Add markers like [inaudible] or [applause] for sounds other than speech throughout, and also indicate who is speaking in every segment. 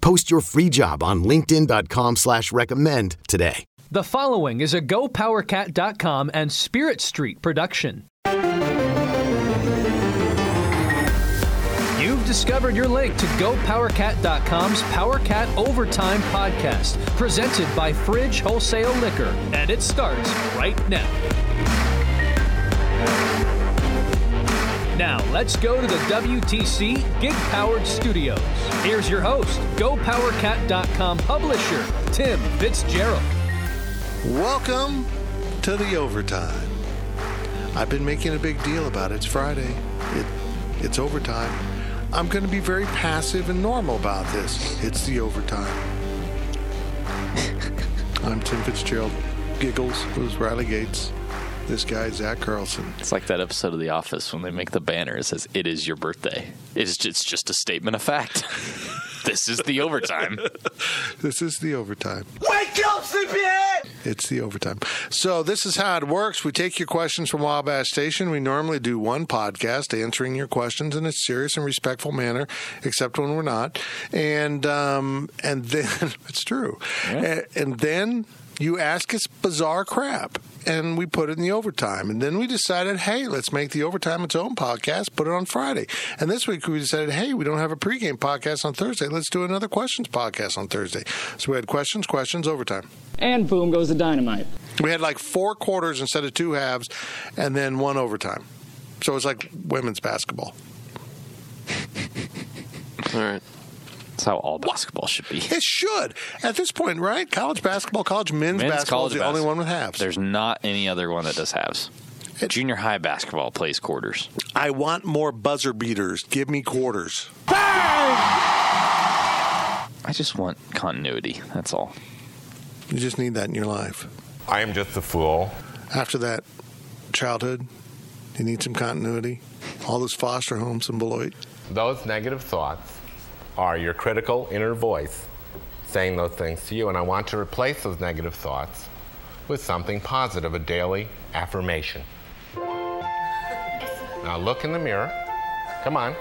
Speaker 1: Post your free job on linkedin.com/recommend slash recommend today.
Speaker 2: The following is a GoPowerCat.com and Spirit Street production. You've discovered your link to GoPowerCat.com's PowerCat Overtime podcast, presented by Fridge Wholesale Liquor, and it starts right now. Now, let's go to the WTC Gig Powered Studios. Here's your host, GoPowerCat.com publisher, Tim Fitzgerald.
Speaker 3: Welcome to the overtime. I've been making a big deal about it. It's Friday. It, it's overtime. I'm going to be very passive and normal about this. It's the overtime. [laughs] I'm Tim Fitzgerald. Giggles was Riley Gates. This guy is Zach Carlson.
Speaker 4: It's like that episode of The Office when they make the banner. It says, "It is your birthday." It's just, it's just a statement of fact. [laughs] this is the overtime.
Speaker 3: This is the overtime.
Speaker 5: Wake up, sleepyhead!
Speaker 3: It's the overtime. So this is how it works. We take your questions from Wabash Station. We normally do one podcast answering your questions in a serious and respectful manner, except when we're not. And um, and then [laughs] it's true. A- And, then you ask us bizarre crap, and we put it in the overtime. And then we decided, hey, let's make the overtime its own podcast. Put it on Friday. And this week we decided, hey, we don't have a pregame podcast on Thursday. Let's do another questions podcast on Thursday. So we had questions, questions, overtime.
Speaker 6: And boom goes the dynamite.
Speaker 3: We had like four quarters instead of two halves, and then one overtime. So it's like women's basketball.
Speaker 4: all right. That's how all basketball should be.
Speaker 3: It should at this point, right? College basketball, college men's,
Speaker 4: Men's
Speaker 3: basketball
Speaker 4: college
Speaker 3: is the only
Speaker 4: basketball.
Speaker 3: one with halves.
Speaker 4: There's not any other one that does halves. Junior high basketball plays quarters.
Speaker 3: I want more buzzer beaters. Give me quarters.
Speaker 4: I just want continuity. That's all.
Speaker 3: You just need that in your life.
Speaker 7: I am just a fool.
Speaker 3: After that, childhood, you need some continuity. All those foster homes in Beloit.
Speaker 7: Those negative thoughts are your critical inner voice saying those things to you, and I want to replace those negative thoughts with something positive, a daily affirmation. Now look in the mirror. Come on.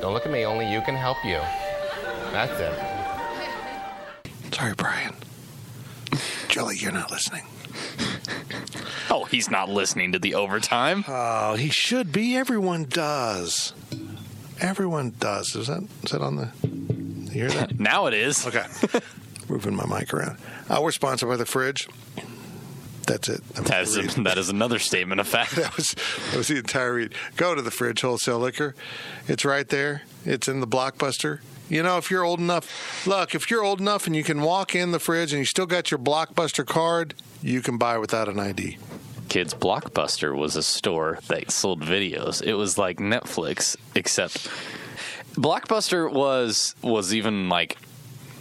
Speaker 7: Don't look at me, only you can help you. That's it.
Speaker 3: Sorry, Brian. Julie, you're not listening.
Speaker 4: Oh, he's not listening to the overtime.
Speaker 3: Oh, he should be. Everyone does. Everyone does. Is that is that on the? You hear
Speaker 4: [laughs]
Speaker 3: that?
Speaker 4: Now it is.
Speaker 3: Okay. Moving my mic around. Uh, we're sponsored by the fridge. That's it. That was
Speaker 4: That
Speaker 3: the
Speaker 4: is,
Speaker 3: read.
Speaker 4: [laughs] that is another statement of fact.
Speaker 3: [laughs] That was, that was the entire read. Go to the fridge wholesale liquor. It's right there. It's in the blockbuster. You know, if you're old enough, look, if you're old enough and you can walk in the fridge and you still got your blockbuster card, you can buy without an ID.
Speaker 4: Kids Blockbuster was a store that sold videos. It was like Netflix, except Blockbuster was was even like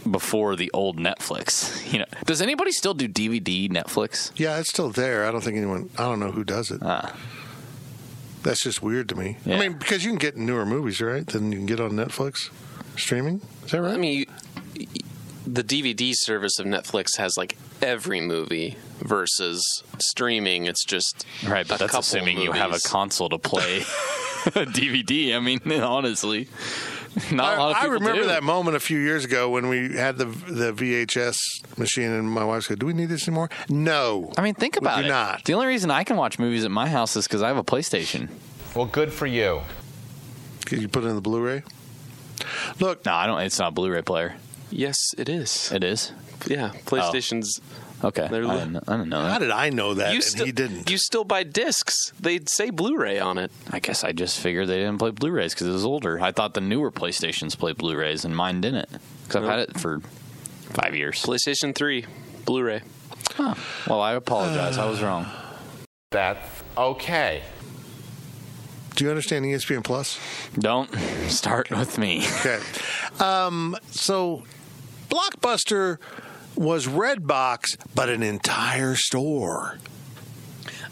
Speaker 4: before the old Netflix. You know, does anybody still do DVD Netflix?
Speaker 3: Yeah, it's still there. I don't think anyone. I don't know who does it.
Speaker 4: Ah.
Speaker 3: That's just weird to me. I
Speaker 4: Yeah.
Speaker 3: mean, because you can get newer movies, right? Than you can get on Netflix streaming. Is that right?
Speaker 8: I mean, you- the DVD service of Netflix has like every movie versus streaming. It's just
Speaker 4: Right, but
Speaker 8: a
Speaker 4: that's
Speaker 8: couple
Speaker 4: assuming you have a
Speaker 8: movies.
Speaker 4: console to play [laughs] a DVD. I mean, [laughs] honestly, not a lot of
Speaker 3: I
Speaker 4: people
Speaker 3: remember
Speaker 4: do.
Speaker 3: that moment a few years ago when we had the the VHS machine, and my wife said, "Do we need this anymore?" No.
Speaker 4: I mean, think
Speaker 3: We
Speaker 4: about
Speaker 3: do
Speaker 4: it.
Speaker 3: not.
Speaker 4: The only reason I can watch movies at my house is because I have a PlayStation.
Speaker 7: Well, good for you.
Speaker 3: Could you put it in the Blu-ray? Look,
Speaker 4: No, I don't. It's not a Blu-ray player.
Speaker 8: Yes, it is.
Speaker 4: It is. Oh.
Speaker 8: Yeah, PlayStation's.
Speaker 4: Okay, I
Speaker 8: They're li-
Speaker 4: didn't, I didn't know that.
Speaker 3: how did I know that?
Speaker 8: You
Speaker 3: and
Speaker 8: still
Speaker 3: he didn't.
Speaker 8: You still buy discs. They say Blu-ray on it.
Speaker 4: I guess I just figured they didn't play Blu-rays because it was older. I thought the newer PlayStations played Blu-rays and mine didn't because I've had it for five years.
Speaker 8: PlayStation Three, Blu-ray.
Speaker 4: Well, I apologize. I was wrong.
Speaker 7: That's okay.
Speaker 3: Do you understand E ESPN Plus?
Speaker 4: Don't [laughs] start with me.
Speaker 3: Okay. Um, so, Blockbuster was Redbox, but an entire store.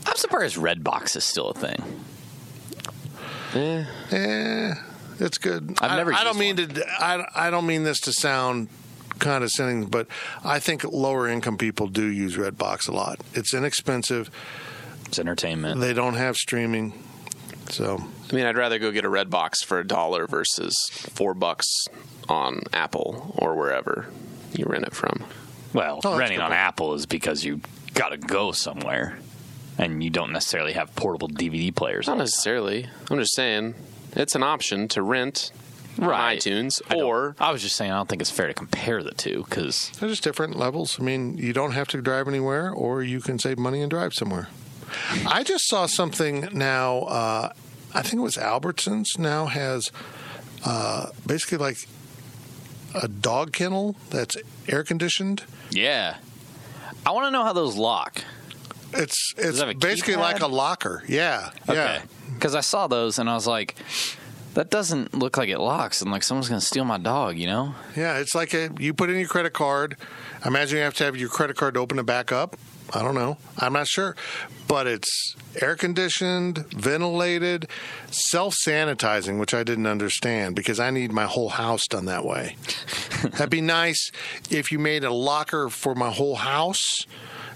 Speaker 4: I'm surprised Redbox is still a thing.
Speaker 3: Eh, it's good.
Speaker 4: I've
Speaker 3: I-
Speaker 4: never
Speaker 3: I, don't
Speaker 4: used
Speaker 3: mean to. I, I don't mean this to sound condescending, but I think lower income people do use Redbox a lot. It's inexpensive.
Speaker 4: It's entertainment.
Speaker 3: They don't have streaming, so
Speaker 8: I mean, I'd rather go get a red box for a dollar versus four bucks on Apple or wherever you rent it from.
Speaker 4: Well,
Speaker 3: Oh, that's
Speaker 4: renting
Speaker 3: good
Speaker 4: on
Speaker 3: point.
Speaker 4: Apple is because you got to go somewhere, and you don't necessarily have portable DVD players.
Speaker 8: Not necessarily. I'm just saying it's an option to rent
Speaker 4: Right.
Speaker 8: on iTunes
Speaker 4: I don't-
Speaker 8: or
Speaker 4: I was just saying I don't think it's fair to compare the two because
Speaker 3: they're just different levels. I mean, you don't have to drive anywhere, or you can save money and drive somewhere. I just saw something now. Uh, I think it was Albertsons now has uh, basically like a dog kennel that's air conditioned.
Speaker 4: yeah, I want to know how those lock.
Speaker 3: It's
Speaker 4: it
Speaker 3: it's
Speaker 4: have a
Speaker 3: basically
Speaker 4: keypad?
Speaker 3: like a locker. Yeah, yeah.
Speaker 4: Because I saw those and I was like, that doesn't look like it locks. And like someone's going to steal my dog, you know?
Speaker 3: Yeah, it's like a, you put in your credit card. I imagine you have to have your credit card to open it back up. I don't know. I'm not sure. But it's air conditioned, ventilated, self sanitizing, which I didn't understand because I need my whole house done that way. That'd be nice if you made a locker for my whole house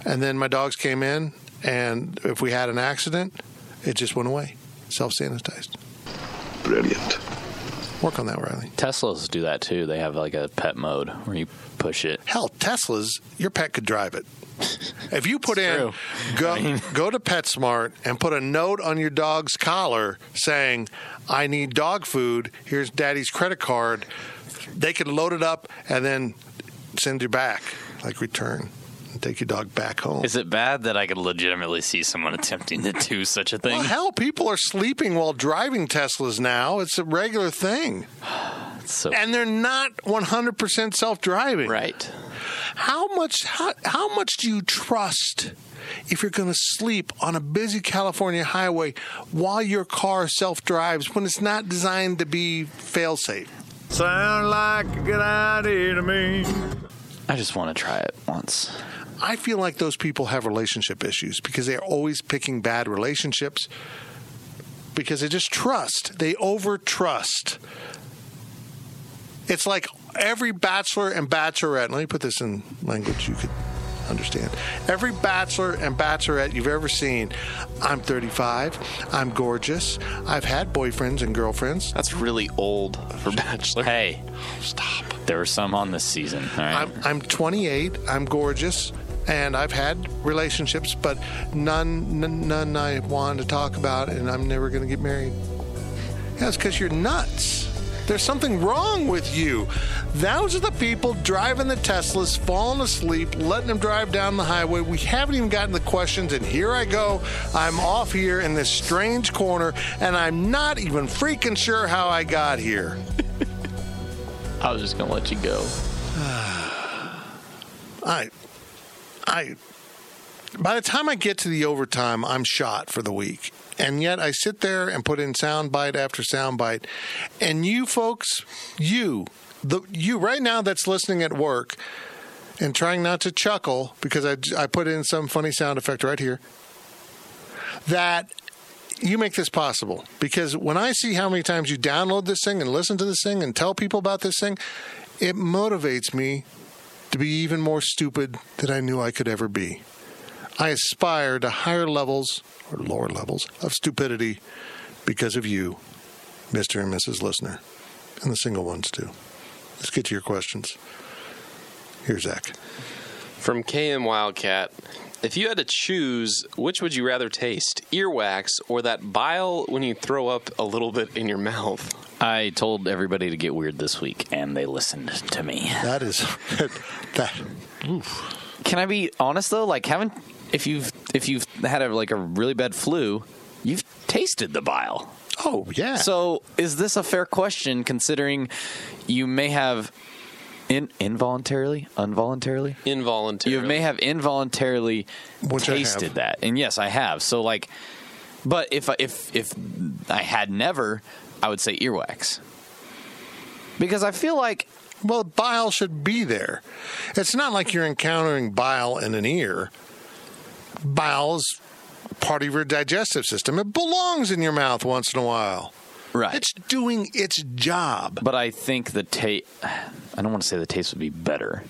Speaker 3: and then my dogs came in and if we had an accident, it just went away. Self sanitized.
Speaker 9: Brilliant.
Speaker 3: Work on that, Riley.
Speaker 4: Teslas do that too. They have like a pet mode where you push it.
Speaker 3: Hell, Teslas, your pet could drive it. If you put
Speaker 4: It's
Speaker 3: in,
Speaker 4: true.
Speaker 3: go go to PetSmart and put a note on your dog's collar saying, "I need dog food. Here's Daddy's credit card." They could load it up and then send you back, like return, and take your dog back home.
Speaker 4: Is it bad that I could legitimately see someone attempting to do such a thing?
Speaker 3: well, hell, people are sleeping while driving Teslas now. It's a regular thing,
Speaker 4: so,
Speaker 3: and they're not 100% self-driving.
Speaker 8: right.
Speaker 3: how much how, how much do you trust if you're going to sleep on a busy California highway while your car self drives when it's not designed to be fail safe?
Speaker 9: Sound like a good idea to me.
Speaker 4: I just want to try it once.
Speaker 3: I feel like those people have relationship issues because they're always picking bad relationships because they just trust. They over trust. It's like every bachelor and bachelorette. Let me put this in language you could understand. Every bachelor and bachelorette you've ever seen. I'm 35. I'm gorgeous. I've had boyfriends and girlfriends.
Speaker 8: That's really old for [laughs] Bachelor.
Speaker 4: Hey, stop. There were some on this season. All right?
Speaker 3: I'm, I'm 28. I'm gorgeous, and I've had relationships, but none, none, none I want to talk about, and I'm never going to get married. That's because you're nuts. There's something wrong with you. Those are the people driving the Teslas, falling asleep, letting them drive down the highway. We haven't even gotten the questions, and here I go. I'm off here in this strange corner, and I'm not even freaking sure how I got here.
Speaker 4: I was just going to let you go.
Speaker 3: I, I, by the time I get to the overtime, I'm shot for the week. And yet I sit there and put in soundbite after soundbite. And you folks, you, the, you right now that's listening at work and trying not to chuckle because I, I put in some funny sound effect right here, that you make this possible because when I see how many times you download this thing and listen to this thing and tell people about this thing, it motivates me to be even more stupid than I knew I could ever be. I aspire to higher levels or lower levels of stupidity because of you, Mr. and Mrs. Listener, and the single ones too. Let's get to your questions. Here's Zach.
Speaker 8: From KM Wildcat. If you had to choose, which would you rather taste? Earwax or that bile when you throw up a little bit in your mouth?
Speaker 4: I told everybody to get weird this week, and they listened to me.
Speaker 3: That is [laughs] that.
Speaker 4: Can I be honest though? Like, haven't if you've if you've had a, like a really bad flu, you've tasted the bile.
Speaker 3: Oh yeah.
Speaker 4: So, is this a fair question considering you may have in involuntarily, unvoluntarily?
Speaker 8: Involuntarily.
Speaker 4: You may have involuntarily
Speaker 3: Which I have.
Speaker 4: tasted that. And yes, I have. So like but if I, if if I had never, I would say earwax. Because I feel like
Speaker 3: Well, bile should be there. It's not like you're encountering bile in an ear. Bile's part of your digestive system. It belongs in your mouth once in a while.
Speaker 4: Right.
Speaker 3: It's doing its job.
Speaker 4: But I think the taste, I don't want to say the taste would be better.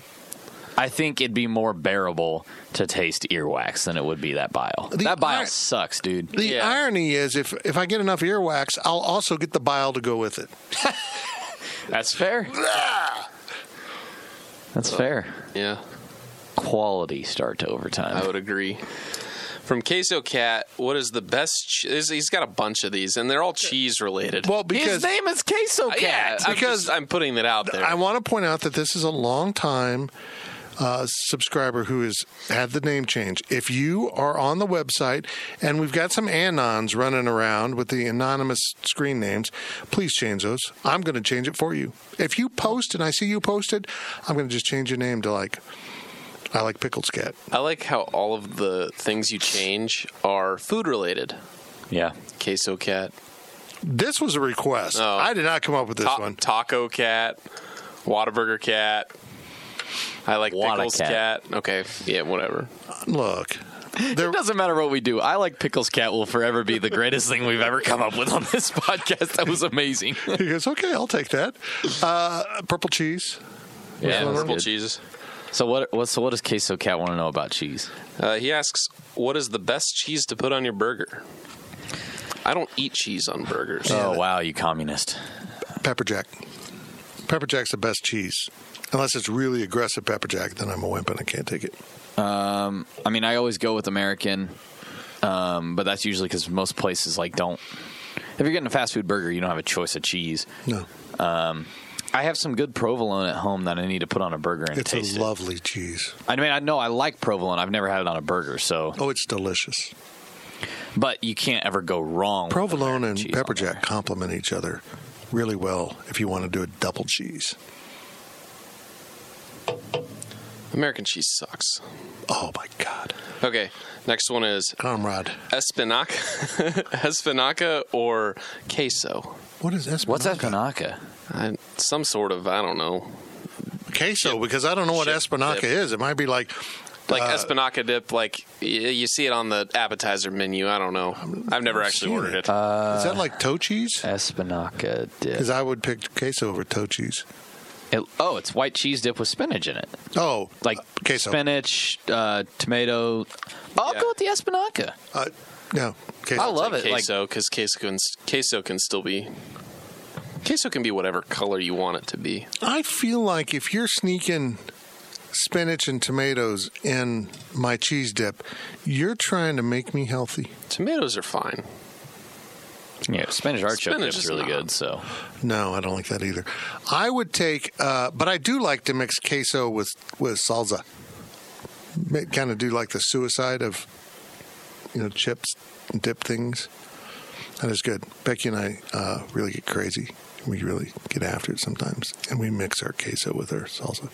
Speaker 4: I think it'd be more bearable to taste earwax than it would be that bile.
Speaker 3: The
Speaker 4: that bile
Speaker 3: ir-
Speaker 4: sucks, dude.
Speaker 3: The irony is, if if I get enough earwax, I'll also get the bile to go with it.
Speaker 4: That's fair. That's fair.
Speaker 8: Yeah,
Speaker 4: Quality start to overtime.
Speaker 8: I would agree. From Queso Cat, what is the best? Che- is- he's got a bunch of these, and they're all cheese related. Uh,
Speaker 3: Well, because
Speaker 4: His name is Queso Cat.
Speaker 8: yeah, I'm
Speaker 3: because-
Speaker 8: just- I'm putting that out there.
Speaker 3: I want to point out that this is a long time uh, subscriber who has had the name change. If you are on the website and we've got some anons running around with the anonymous screen names, please change those. I'm going to change it for you. If you post and I see you posted, I'm going to just change your name to like I like pickled scat.
Speaker 8: I like how all of the things you change are food related.
Speaker 4: Yeah.
Speaker 8: Queso Cat,
Speaker 3: This was a request.
Speaker 8: Oh.
Speaker 3: I did not come up with this
Speaker 8: Ta-
Speaker 3: one.
Speaker 8: Taco Cat, Whataburger Cat. I like
Speaker 4: Wada
Speaker 8: pickles
Speaker 4: Cat.
Speaker 8: cat. Okay, yeah, whatever.
Speaker 3: Look. There,
Speaker 4: It doesn't matter what we do. I like Pickles Cat will forever be the greatest thing we've ever come up with on this podcast. That was
Speaker 8: [laughs]
Speaker 4: amazing.
Speaker 3: he goes, okay, I'll take that. Uh, purple cheese.
Speaker 4: Yeah, that's
Speaker 8: purple
Speaker 4: good.
Speaker 8: cheese.
Speaker 4: So what, what? So what does Queso Cat want to know about cheese?
Speaker 8: Uh, he asks, "What is the best cheese to put on your burger?" I don't eat cheese on burgers.
Speaker 4: Oh wow, you communist!
Speaker 3: Pepper Jack. Pepper Jack's the best cheese. Unless it's really aggressive pepper jack, then I'm a wimp and I can't take it.
Speaker 4: Um, I mean, I always go with American, um, but that's usually because most places like don't. If you're getting a fast food burger, you don't have a choice of cheese.
Speaker 3: No.
Speaker 4: Um, I have some good provolone at home that I need to put on a burger and
Speaker 3: It's
Speaker 4: taste
Speaker 3: a
Speaker 4: it.
Speaker 3: lovely cheese.
Speaker 4: I mean, I know I like provolone. I've never had it on a burger, so
Speaker 3: Oh, it's delicious.
Speaker 4: but you can't ever go wrong. with
Speaker 3: Provolone
Speaker 4: American
Speaker 3: and
Speaker 4: cheese
Speaker 3: pepper
Speaker 4: on there.
Speaker 3: jack complement each other really well if you want to do a double cheese.
Speaker 8: American cheese sucks.
Speaker 3: Oh my God.
Speaker 8: Okay, next one is
Speaker 3: Comrade.
Speaker 8: espinaca, [laughs] espinaca or queso.
Speaker 3: What is espinaca?
Speaker 4: What's espinaca?
Speaker 8: I, some sort of I don't know,
Speaker 3: Queso, because I don't know what
Speaker 8: Shit.
Speaker 3: espinaca
Speaker 8: Yep.
Speaker 3: is. It might be like
Speaker 8: like
Speaker 3: Uh,
Speaker 8: espinaca dip. Like y- you see it on the appetizer menu. I don't know. I've never actually
Speaker 3: seen
Speaker 8: ordered
Speaker 3: it.
Speaker 8: it.
Speaker 3: is
Speaker 4: Uh,
Speaker 3: that like toe cheese?
Speaker 4: Espinaca dip.
Speaker 3: Because I would pick queso over toe cheese.
Speaker 4: It- oh, it's white cheese dip with spinach in it,
Speaker 3: Oh,
Speaker 4: like
Speaker 3: uh, queso.
Speaker 4: spinach, uh, tomato. I'll
Speaker 8: Yeah.
Speaker 4: go with the espinaca.
Speaker 3: Uh, no, queso.
Speaker 4: I love it. Like
Speaker 8: queso because queso can queso can still be queso can be whatever color you want it to be.
Speaker 3: I feel like if you're sneaking spinach and tomatoes in my cheese dip, you're trying to make me healthy.
Speaker 8: Tomatoes are fine.
Speaker 4: yeah, spinach artichoke
Speaker 8: Spinach
Speaker 4: dip's
Speaker 8: is
Speaker 4: really
Speaker 8: not.
Speaker 4: good. So
Speaker 3: No, I don't like that either. I would take, uh, but I do like to mix queso with with salsa. Kind of do like the suicide of, you know, chips and dip things. That is good. Becky and I uh, really get crazy. We really get after it sometimes, and we mix our queso with our salsa.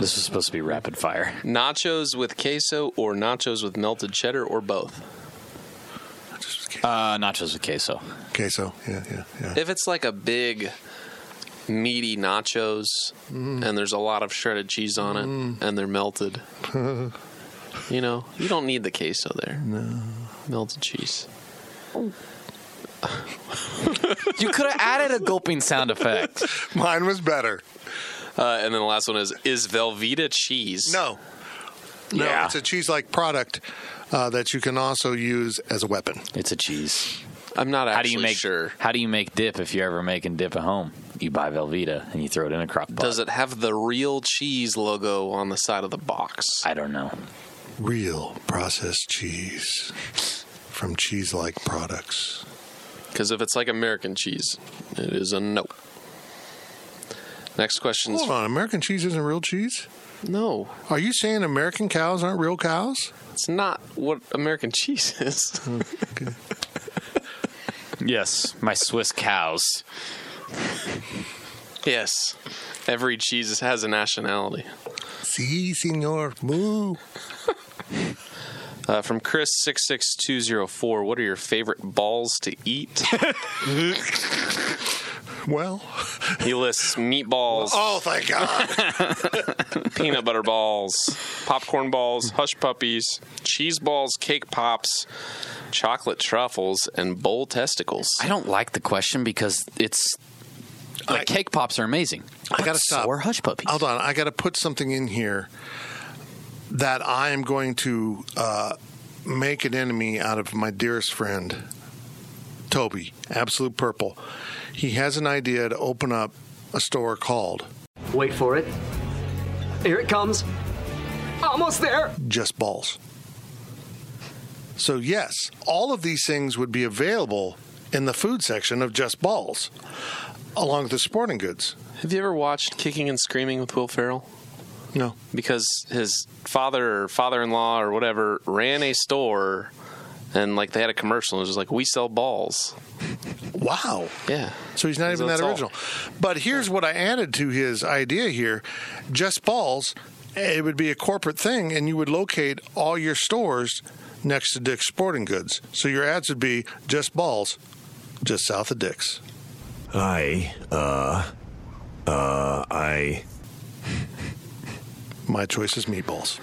Speaker 4: this was supposed to be rapid fire.
Speaker 8: Nachos with queso or nachos with melted cheddar or both.
Speaker 3: Just queso,
Speaker 4: Uh, nachos with queso.
Speaker 3: queso. yeah, yeah, yeah.
Speaker 8: If it's like a big meaty nachos
Speaker 4: Mm.
Speaker 8: and there's a lot of shredded cheese on it and they're
Speaker 4: [laughs]
Speaker 8: melted. you know, you don't need the queso there. No. Melted cheese.
Speaker 4: [laughs] You could have added a gulping sound effect.
Speaker 3: Mine was better.
Speaker 8: Uh, and then the last one is is Velveeta cheese.
Speaker 3: No. No,
Speaker 4: [laughs] Yeah.
Speaker 3: it's a cheese like product uh, that you can also use as a weapon.
Speaker 4: It's a cheese.
Speaker 8: I'm not actually
Speaker 4: How do you make
Speaker 8: sure.
Speaker 4: How do you make dip if you're ever making dip at home? You buy Velveeta and you throw it in a crock pot.
Speaker 8: Does it have the real cheese logo on the side of the box?
Speaker 4: I don't know.
Speaker 3: Real processed cheese from cheese like products.
Speaker 8: Because if it's like American cheese, it is a no. Next question is
Speaker 3: Hold on, American cheese isn't real cheese?
Speaker 8: no.
Speaker 3: Are you saying American cows aren't real cows?
Speaker 8: It's not what American [laughs] cheese is.
Speaker 4: Yes, my Swiss cows.
Speaker 8: yes, every cheese has a nationality.
Speaker 3: Si, senor, moo.
Speaker 8: Uh, from Chris six six two zero four. What are your favorite balls to eat?
Speaker 3: Well, [laughs]
Speaker 8: He lists meatballs,
Speaker 3: oh, thank God.
Speaker 8: peanut butter balls, popcorn balls, hush puppies, cheese balls, cake pops, chocolate truffles, and bowl testicles.
Speaker 4: I don't like the question because it's
Speaker 3: [laughs]
Speaker 4: like
Speaker 3: I-
Speaker 4: cake pops are amazing.
Speaker 3: I
Speaker 4: but
Speaker 3: gotta stop.
Speaker 4: So are hush puppies.
Speaker 3: Hold on, I got to put something in here that I am going to uh, make an enemy out of my dearest friend, Toby, Absolute Purple. He has an idea to open up a store called
Speaker 10: Wait for it. Here it comes. Almost there.
Speaker 3: Just Balls. So, yes, all of these things would be available in the food section of Just Balls, along with the sporting goods.
Speaker 8: Have you ever watched Kicking and Screaming with Will Ferrell?
Speaker 3: No.
Speaker 8: because his father or father-in-law or whatever ran a store and like they had a commercial and it was like we sell balls
Speaker 3: Wow.
Speaker 8: yeah
Speaker 3: So he's not even that
Speaker 8: it's all-
Speaker 3: original. But here's what I added to his idea here just balls, it would be a corporate thing, and you would locate all your stores next to Dick's Sporting Goods. So your ads would be just balls, just south of Dick's.
Speaker 9: I, uh, uh, I.
Speaker 3: My choice is meatballs.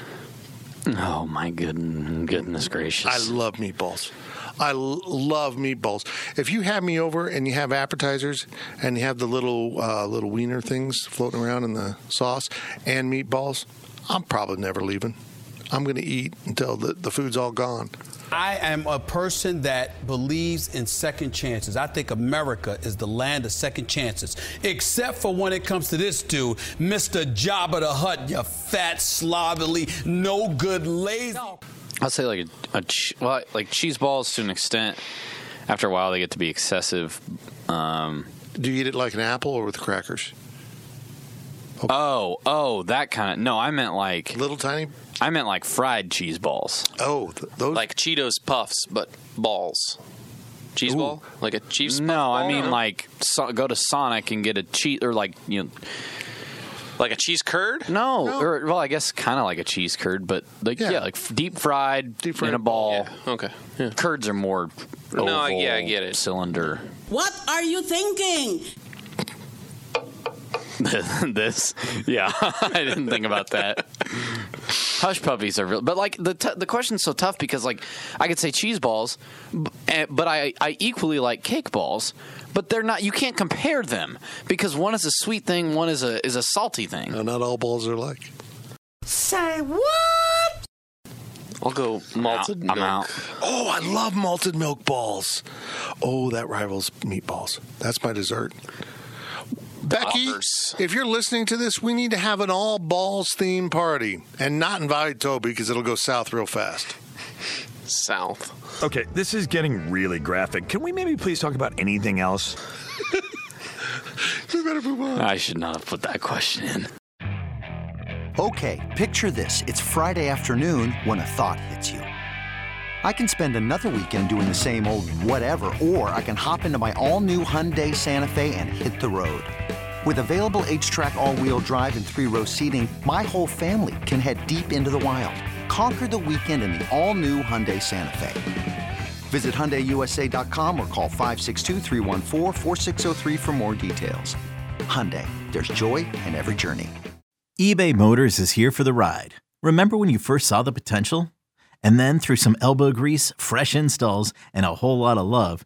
Speaker 4: Oh my good goodness gracious!
Speaker 3: I love meatballs. I l- love meatballs. If you have me over and you have appetizers and you have the little uh, little wiener things floating around in the sauce and meatballs, I'm probably never leaving. I'm going to eat until the, the food's all gone.
Speaker 11: I am a person that believes in second chances. I think America is the land of second chances, except for when it comes to this dude, Mr. Jabba the Hutt, you fat, slovenly, no good, lazy.
Speaker 4: I'll say like a, a ch- well, like cheese balls to an extent. After a while, they get to be excessive. Um,
Speaker 3: Do you eat it like an apple or with crackers?
Speaker 4: oh, oh, that kind of. No, I meant like
Speaker 3: Little tiny.
Speaker 4: I meant like fried cheese balls.
Speaker 3: Oh, th- those.
Speaker 8: like cheetos puffs but balls cheese ball like a cheese
Speaker 4: No, I mean like so, go to Sonic and get a cheese or like you know,
Speaker 8: like a cheese curd
Speaker 4: no, or well, I guess kind of like a cheese curd, but like
Speaker 3: Yeah.
Speaker 4: yeah, like f- deep fried,
Speaker 3: Deep fried
Speaker 4: in a ball.
Speaker 8: okay yeah.
Speaker 4: Curds are more oval,
Speaker 8: No, I- yeah, I get it.
Speaker 4: cylinder.
Speaker 12: What are you thinking?
Speaker 4: [laughs] this. Yeah, [laughs] I didn't think about that. Hush puppies are real, but like the t- the question's so tough because like I could say cheese balls, b- eh, but I I equally like cake balls, but they're not. You can't compare them because one is a sweet thing, one is a is a salty thing.
Speaker 8: Uh,
Speaker 3: No, not all balls are like.
Speaker 12: Say what?
Speaker 8: i'll go malted
Speaker 4: I'm out.
Speaker 8: milk.
Speaker 3: Oh, I love malted milk balls. Oh, that rivals meatballs. That's my dessert. Becky,
Speaker 8: Offers.
Speaker 3: if you're listening to this, we need to have an all balls theme party and not invite Toby because it'll go south real fast.
Speaker 8: south
Speaker 9: Okay, this is getting really graphic. Can we maybe please talk about anything else?
Speaker 3: We better move on.
Speaker 4: I should not have put that question in.
Speaker 13: Okay, picture this. It's Friday afternoon when a thought hits you. I can spend another weekend doing the same old whatever, or I can hop into my all new Hyundai Santa Fe and hit the road. With available H track, all wheel drive, and three row seating, my whole family can head deep into the wild. Conquer the weekend in the all new Hyundai Santa Fe. Visit HyundaiUSA.com or call 562-314-4603 for more details. Hyundai, there's joy in every journey.
Speaker 14: eBay Motors is here for the ride. Remember when you first saw the potential? And then through some elbow grease, fresh installs, and a whole lot of love,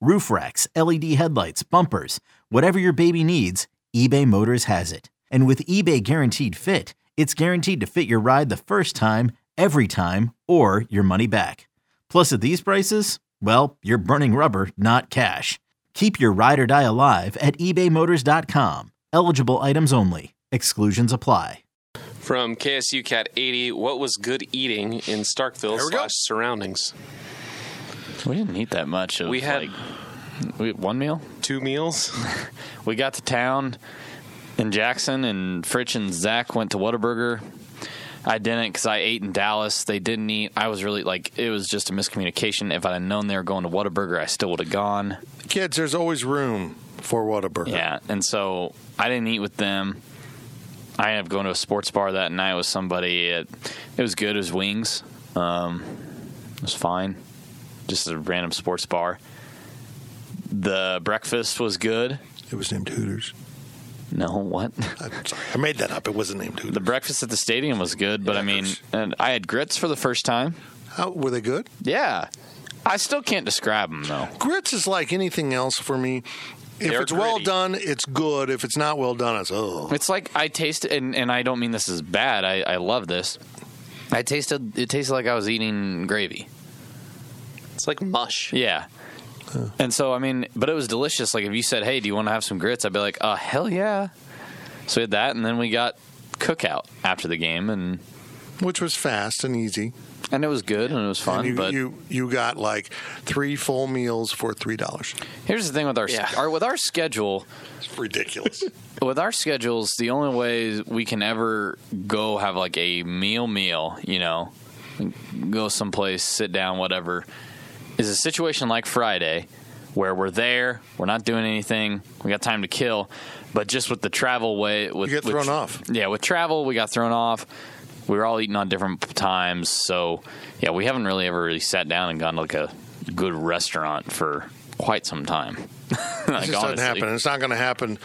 Speaker 14: roof racks, LED headlights, bumpers, whatever your baby needs, eBay Motors has it. And with eBay Guaranteed Fit, it's guaranteed to fit your ride the first time, every time, or your money back. Plus, at these prices, well, you're burning rubber, not cash. Keep your ride or die alive at ebaymotors.com. Eligible items only. Exclusions apply.
Speaker 8: from ksu cat 80 what was good eating in starkville
Speaker 3: There we go.
Speaker 8: slash surroundings
Speaker 4: We didn't eat that much. Of,
Speaker 8: we had
Speaker 4: like, we- one meal.
Speaker 8: two meals
Speaker 4: We got to town. and Jackson and Fritch and Zach went to Whataburger. I didn't because I ate in Dallas. They didn't eat. I was really like it was just a miscommunication. If I'd have known they were going to Whataburger, I still would have gone.
Speaker 3: Kids, there's always room for Whataburger.
Speaker 4: Yeah, and so I didn't eat with them. I ended up going to a sports bar that night with somebody. It, it was good. It was wings. Um, it was fine. Just a random sports bar. The breakfast was good.
Speaker 3: It was named Hooters.
Speaker 4: No, what? [laughs]
Speaker 3: I'm sorry, I made that up. It wasn't named Hooters.
Speaker 4: The breakfast at the stadium was good, but I mean, and I had grits for the first time.
Speaker 3: How were they good?
Speaker 4: Yeah, I still can't describe them though.
Speaker 3: Grits is like anything else for me. If
Speaker 4: They're
Speaker 3: it's well
Speaker 4: gritty.
Speaker 3: done, it's good. If it's not well done, it's oh.
Speaker 4: It's like I tasted, and, and I don't mean this is bad. I, I love this. I tasted. It tasted like I was eating gravy.
Speaker 8: It's like mush.
Speaker 4: Yeah. And so I mean, but it was delicious. Like if you said, "Hey, do you want to have some grits?" I'd be like, "Oh hell yeah!" So we had that, and then we got cookout after the game, and
Speaker 3: which was fast and easy,
Speaker 4: and it was good and it was fun.
Speaker 3: and you,
Speaker 4: but
Speaker 3: you you got like three full meals for three dollars.
Speaker 4: Here's the thing with our, our with our schedule.
Speaker 3: It's ridiculous.
Speaker 4: with our schedules, the only way we can ever go have like a meal meal, you know, go someplace, sit down, whatever, is a situation like Friday where we're there, we're not doing anything, we got time to kill, but just with the travel way, with,
Speaker 3: You get
Speaker 4: with-
Speaker 3: thrown off.
Speaker 4: Yeah, with travel, we got thrown off. We were all eating on different times, so yeah, we haven't really ever really sat down and gone to like a good restaurant for quite some time. [laughs]
Speaker 3: It
Speaker 4: Like,
Speaker 3: just doesn't
Speaker 4: honestly.
Speaker 3: happen. It's not going to happen.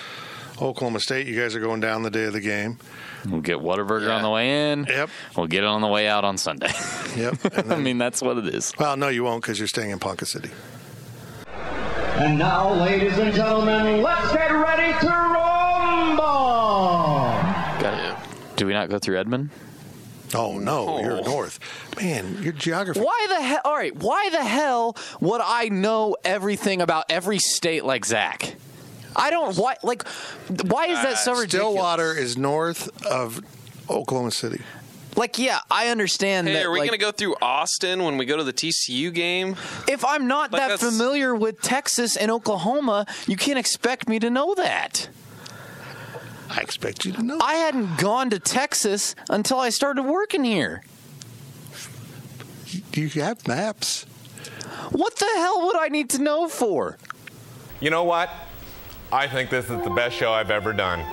Speaker 3: Oklahoma State, you guys are going down the day of the game.
Speaker 4: We'll get Whataburger on the way in.
Speaker 3: Yep.
Speaker 4: We'll get it on the way out on
Speaker 8: [laughs]
Speaker 4: Sunday.
Speaker 3: Yep.
Speaker 4: [laughs] I mean, that's what it is.
Speaker 3: Well, no, you won't because you're staying in Ponca City.
Speaker 5: And now, ladies and gentlemen, let's get ready to rumble!
Speaker 4: Do we not go through Edmond?
Speaker 3: Oh no, you're north, man. Your geography.
Speaker 4: Why the hell? All right. Why the hell would I know everything about every state like Zach? I don't. Why? Like, why is
Speaker 8: Uh,
Speaker 4: that so ridiculous?
Speaker 3: Stillwater is north of Oklahoma City.
Speaker 4: Like, yeah, I understand
Speaker 8: Hey,
Speaker 4: that.
Speaker 8: are we
Speaker 4: like,
Speaker 8: gonna go through Austin when we go to the TCU game?
Speaker 4: If I'm not
Speaker 8: Like,
Speaker 4: that
Speaker 8: that's-
Speaker 4: familiar with Texas and Oklahoma, you can't expect me to know that.
Speaker 3: I expect you to know.
Speaker 4: I hadn't gone to Texas until I started working here.
Speaker 3: Do you have maps?
Speaker 4: What the hell would I need to know for?
Speaker 7: You know what? I think this is the best show I've ever done.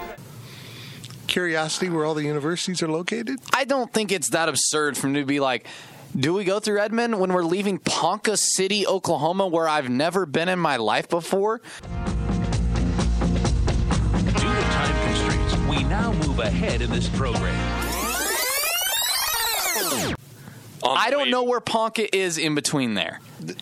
Speaker 3: Curiosity, where all the universities are located.
Speaker 4: I don't think it's that absurd for me to be like, do we go through Edmond when we're leaving Ponca City, Oklahoma, where I've never been in my life before?
Speaker 9: Due to time constraints, we now move ahead in this program.
Speaker 8: On the
Speaker 4: I don't
Speaker 8: way-
Speaker 4: know where Ponca is in between there.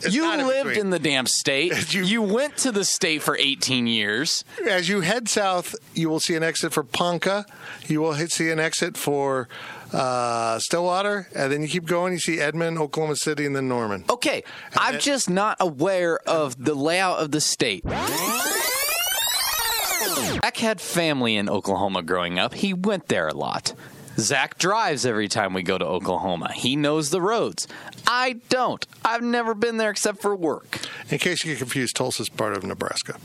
Speaker 4: you
Speaker 3: not in
Speaker 4: lived
Speaker 3: between.
Speaker 4: in, the damn
Speaker 3: [laughs]
Speaker 4: state. you, went to the state for 18 years.
Speaker 3: As you head south, you will see an exit for Ponca. You will hit, see an exit for uh, Stillwater, and then you keep going. You see Edmond, Oklahoma City, and then Norman.
Speaker 4: Okay, I'm
Speaker 3: it-
Speaker 4: just not aware of the layout of the state. Zach had family in Oklahoma growing up. He went there a lot. Zach drives every time we go to Oklahoma. He knows the roads. I don't. I've never been there except for work.
Speaker 3: In case you get confused, Tulsa's part of Nebraska.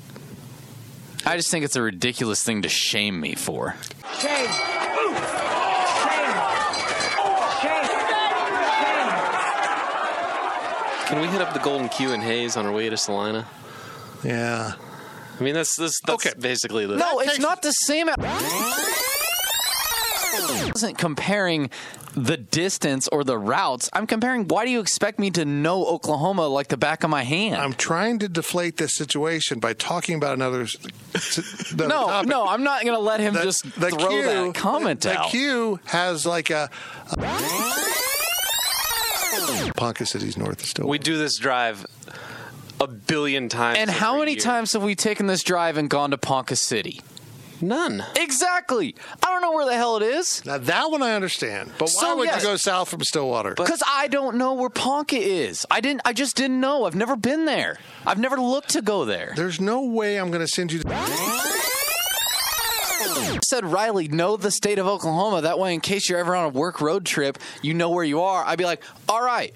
Speaker 4: I just think it's a ridiculous thing to shame me for.
Speaker 5: Shame! Ooh. Shame! Shame!
Speaker 8: Can we hit up the Golden Q and Hayes on our way to Salina?
Speaker 3: Yeah.
Speaker 8: I mean, that's this. That's
Speaker 3: Okay.
Speaker 8: basically the.
Speaker 4: No, it's not the same. I wasn't comparing the distance or the routes. I'm comparing why do you expect me to know Oklahoma like the back of my hand?
Speaker 3: I'm trying to deflate this situation by talking about another. s- s- another [laughs]
Speaker 4: no,
Speaker 3: topic.
Speaker 4: no, I'm not going to let him
Speaker 3: The-
Speaker 4: just
Speaker 3: the
Speaker 4: throw
Speaker 3: Q-
Speaker 4: that comment
Speaker 3: the,
Speaker 4: out.
Speaker 3: Q has like a. a Ponca City's north is still.
Speaker 8: We do this drive a billion times.
Speaker 4: and how
Speaker 8: every
Speaker 4: many
Speaker 8: year.
Speaker 4: times have we taken this drive and gone to Ponca City?
Speaker 8: None.
Speaker 4: Exactly. I don't know where the hell it is
Speaker 3: now that one I understand, but why
Speaker 4: So,
Speaker 3: would
Speaker 4: yes.
Speaker 3: you go south from Stillwater?
Speaker 4: because I don't know where Ponca is. I didn't. I just didn't know. I've never been there. I've never looked to go there.
Speaker 3: There's no way I'm going to send you.
Speaker 4: said Riley, know the state of Oklahoma. That way, in case you're ever on a work road trip, you know where you are. I'd be like, all right.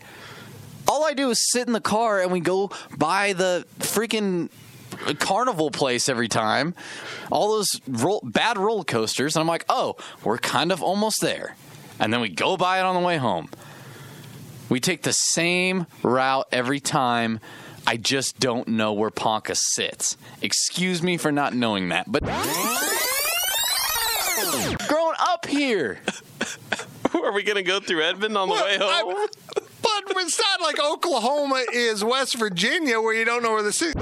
Speaker 4: All I do is sit in the car and we go by the freaking carnival place every time. All those roll, bad roller coasters, and I'm like, oh, we're kind of almost there. And then we go by it on the way home. We take the same route every time. I just don't know where Ponca sits. Excuse me for not knowing that, but grown up here.
Speaker 8: [laughs] Are we gonna go through Edmond on the way home?
Speaker 3: I'm- [laughs] but it's not like Oklahoma is West Virginia where you don't know where the city.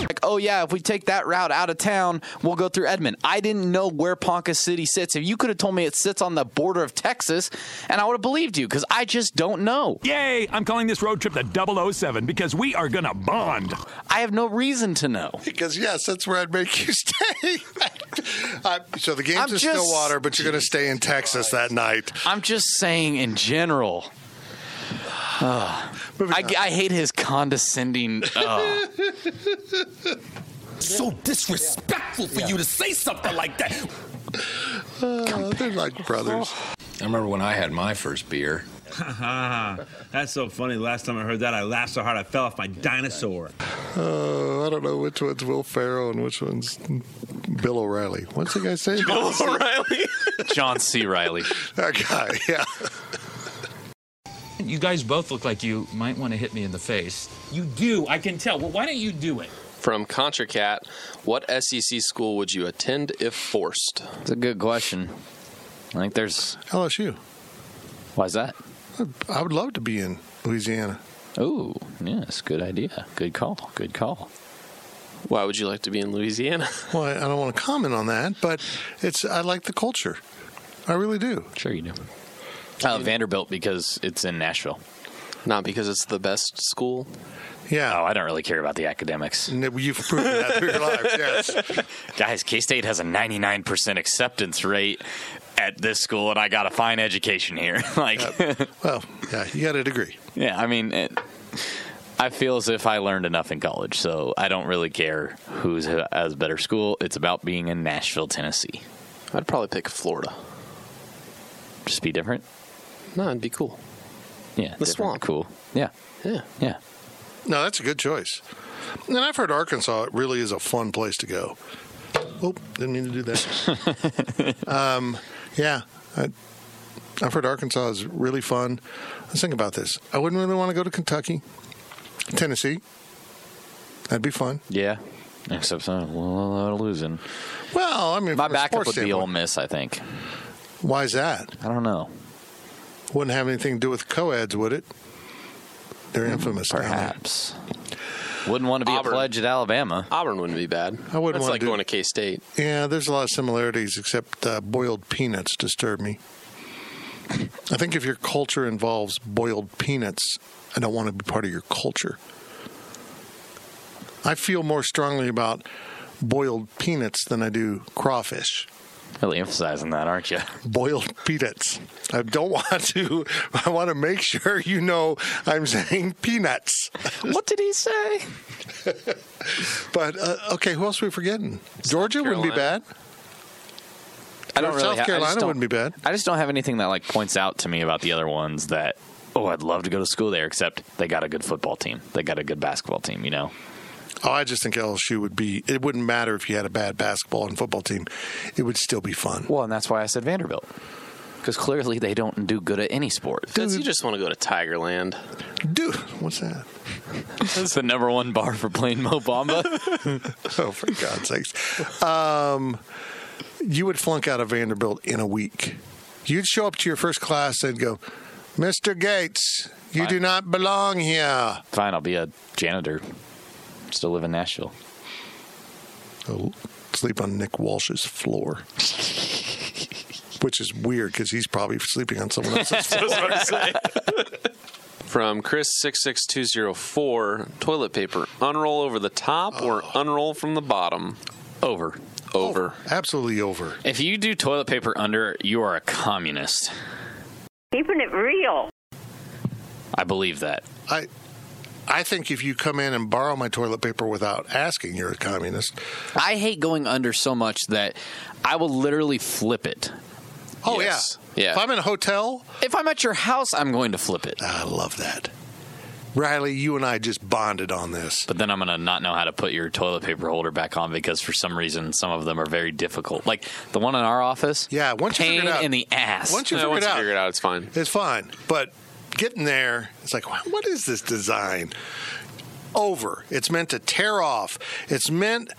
Speaker 4: Like, oh yeah, if we take that route out of town, we'll go through Edmond. I didn't know where Ponca City sits. If you could have told me it sits on the border of Texas, and I would have believed you, because I just don't know.
Speaker 9: Yay! I'm calling this road trip the 007 because we are gonna bond.
Speaker 4: I have no reason to know.
Speaker 3: Because yes, that's where I'd make you [laughs] stay. uh, so the game's
Speaker 4: I'm
Speaker 3: in
Speaker 4: just-
Speaker 3: Stillwater, but you're going to stay in Texas that night.
Speaker 4: I'm just saying in general. Ugh. I, I hate his condescending. uh, ugh.
Speaker 11: So disrespectful for you to say something like that.
Speaker 3: Uh, they're like brothers.
Speaker 15: I remember when I had my first beer.
Speaker 16: [laughs] That's so funny. The last time I heard that, I laughed so hard I fell off my dinosaur.
Speaker 3: Uh, I don't know which one's Will Farrell and which one's Bill O'Reilly. What's the guy saying?
Speaker 8: O'Reilly.
Speaker 4: John C. Riley.
Speaker 3: that guy, [laughs] yeah.
Speaker 17: You guys both look like you might want to hit me in the face. You do, I can tell. Well, why don't you do it?
Speaker 8: From Contra Cat, what SEC school would you attend if forced?
Speaker 4: It's a good question. I think there's
Speaker 3: LSU.
Speaker 4: Why's that?
Speaker 3: I would love to be in Louisiana.
Speaker 4: Oh, yes, good idea. Good call. Good call.
Speaker 8: Why would you like to be in Louisiana?
Speaker 3: Well, I I don't want to comment on that, but it's I like the culture. I really do.
Speaker 4: Sure, you do. Uh, Vanderbilt because it's in Nashville.
Speaker 8: Not because it's the best school.
Speaker 3: Yeah.
Speaker 4: Oh, I don't really care about the academics.
Speaker 3: You've proven that through your [laughs] life. Yes.
Speaker 4: Guys, K State has a 99% acceptance rate at this school, and I got a fine education here. [laughs] like,
Speaker 3: well, yeah, you got a degree.
Speaker 4: Yeah, I mean, it, I feel as if I learned enough in college, so I don't really care who's has a better school. It's about being in Nashville, Tennessee.
Speaker 8: I'd probably pick Florida.
Speaker 4: Just be different.
Speaker 8: No, it'd be cool.
Speaker 4: Yeah,
Speaker 8: The
Speaker 4: different,
Speaker 8: swamp.
Speaker 4: Cool. Yeah,
Speaker 8: Yeah.
Speaker 4: yeah.
Speaker 3: No, that's a good choice. And I've heard Arkansas really is a fun place to go. Oh, didn't mean to do
Speaker 4: [laughs]
Speaker 3: that. um, yeah, I, I've heard Arkansas is really fun. Let's think about this. I wouldn't really want to go to Kentucky, Tennessee. That'd be fun.
Speaker 4: Yeah. Except I'm a lot of losing.
Speaker 3: Well, I mean,
Speaker 4: My
Speaker 3: from a
Speaker 4: backup
Speaker 3: sports
Speaker 4: would be
Speaker 3: standpoint,
Speaker 4: Ole Miss, I think.
Speaker 3: Why is that?
Speaker 4: I don't know.
Speaker 3: Wouldn't have anything to do with co-eds, would it? They're infamous. down there.
Speaker 4: Mm, Perhaps. Wouldn't want to be
Speaker 8: Auburn.
Speaker 4: a pledge at Alabama.
Speaker 8: Auburn wouldn't be bad.
Speaker 3: I wouldn't
Speaker 8: That's
Speaker 3: wanna
Speaker 8: like
Speaker 3: do-
Speaker 8: going to K State.
Speaker 3: Yeah, there's a lot of similarities, except uh, boiled peanuts disturb me. I think if your culture involves boiled peanuts, I don't want to be part of your culture. I feel more strongly about boiled peanuts than I do crawfish.
Speaker 4: Really emphasizing that, aren't you?
Speaker 3: Boiled [laughs] peanuts. I don't want [laughs] to. I want to make sure you know I'm saying peanuts.
Speaker 4: what did he say?
Speaker 3: But uh, okay, who else are we forgetting? Georgia wouldn't be
Speaker 8: Carolina.
Speaker 3: bad. Or South
Speaker 4: ha- [laughs] I just
Speaker 3: Carolina
Speaker 4: don't-
Speaker 3: wouldn't be bad.
Speaker 4: I just don't have anything that like points out to me about the other ones that oh, I'd love to go to school there. Except they got a good football team. They got a good basketball team. You know.
Speaker 3: Oh, I just think LSU would be. It wouldn't matter if you had a bad basketball and football team; it would still be fun.
Speaker 4: Well, and that's why I said Vanderbilt because clearly they don't do good at any sport.
Speaker 8: Does you just want to go
Speaker 3: [laughs]
Speaker 8: to Tigerland?
Speaker 3: Dude, what's that?
Speaker 4: That's [laughs] the number one bar for playing Mo Bamba.
Speaker 3: [laughs] Oh, for God's sakes! [laughs] Um, you would flunk out of Vanderbilt in a week. You'd show up to your first class and go, "Mr. Gates, you do not belong here."
Speaker 4: [laughs] Fine, I'll be a janitor. Still live in Nashville.
Speaker 3: Oh, sleep on Nick Walsh's [laughs] floor. Which is weird because he's probably sleeping on someone [laughs] else's floor.
Speaker 8: From Chris six six two zero four, toilet paper unroll over the top or unroll from the bottom.
Speaker 4: Over.
Speaker 8: Over.
Speaker 3: Absolutely over.
Speaker 4: If you do toilet paper under, you are a communist.
Speaker 18: Keeping it real.
Speaker 4: I believe that.
Speaker 3: I I think if you come in and borrow my toilet paper without asking, you're a communist.
Speaker 4: I hate going under so much that I will literally flip it.
Speaker 3: Oh
Speaker 8: Yes.
Speaker 3: yeah.
Speaker 8: Yeah.
Speaker 3: If I'm in a hotel,
Speaker 4: If I'm at your house, I'm going to flip it.
Speaker 3: I love that. Riley, you and I just bonded on this.
Speaker 4: But then I'm going to not know how to put your toilet paper holder back on because for some reason some of them are very difficult. Like the one in our office.
Speaker 3: Yeah, once
Speaker 4: pain
Speaker 3: you figure it out
Speaker 4: in the ass.
Speaker 3: Once you
Speaker 8: No,
Speaker 3: figure,
Speaker 8: once
Speaker 3: it,
Speaker 8: you
Speaker 3: out,
Speaker 8: figure it out, it's fine.
Speaker 3: It's fine. But getting there, it's like, "Wha- what is this design? Over. It's meant to tear off. It's meant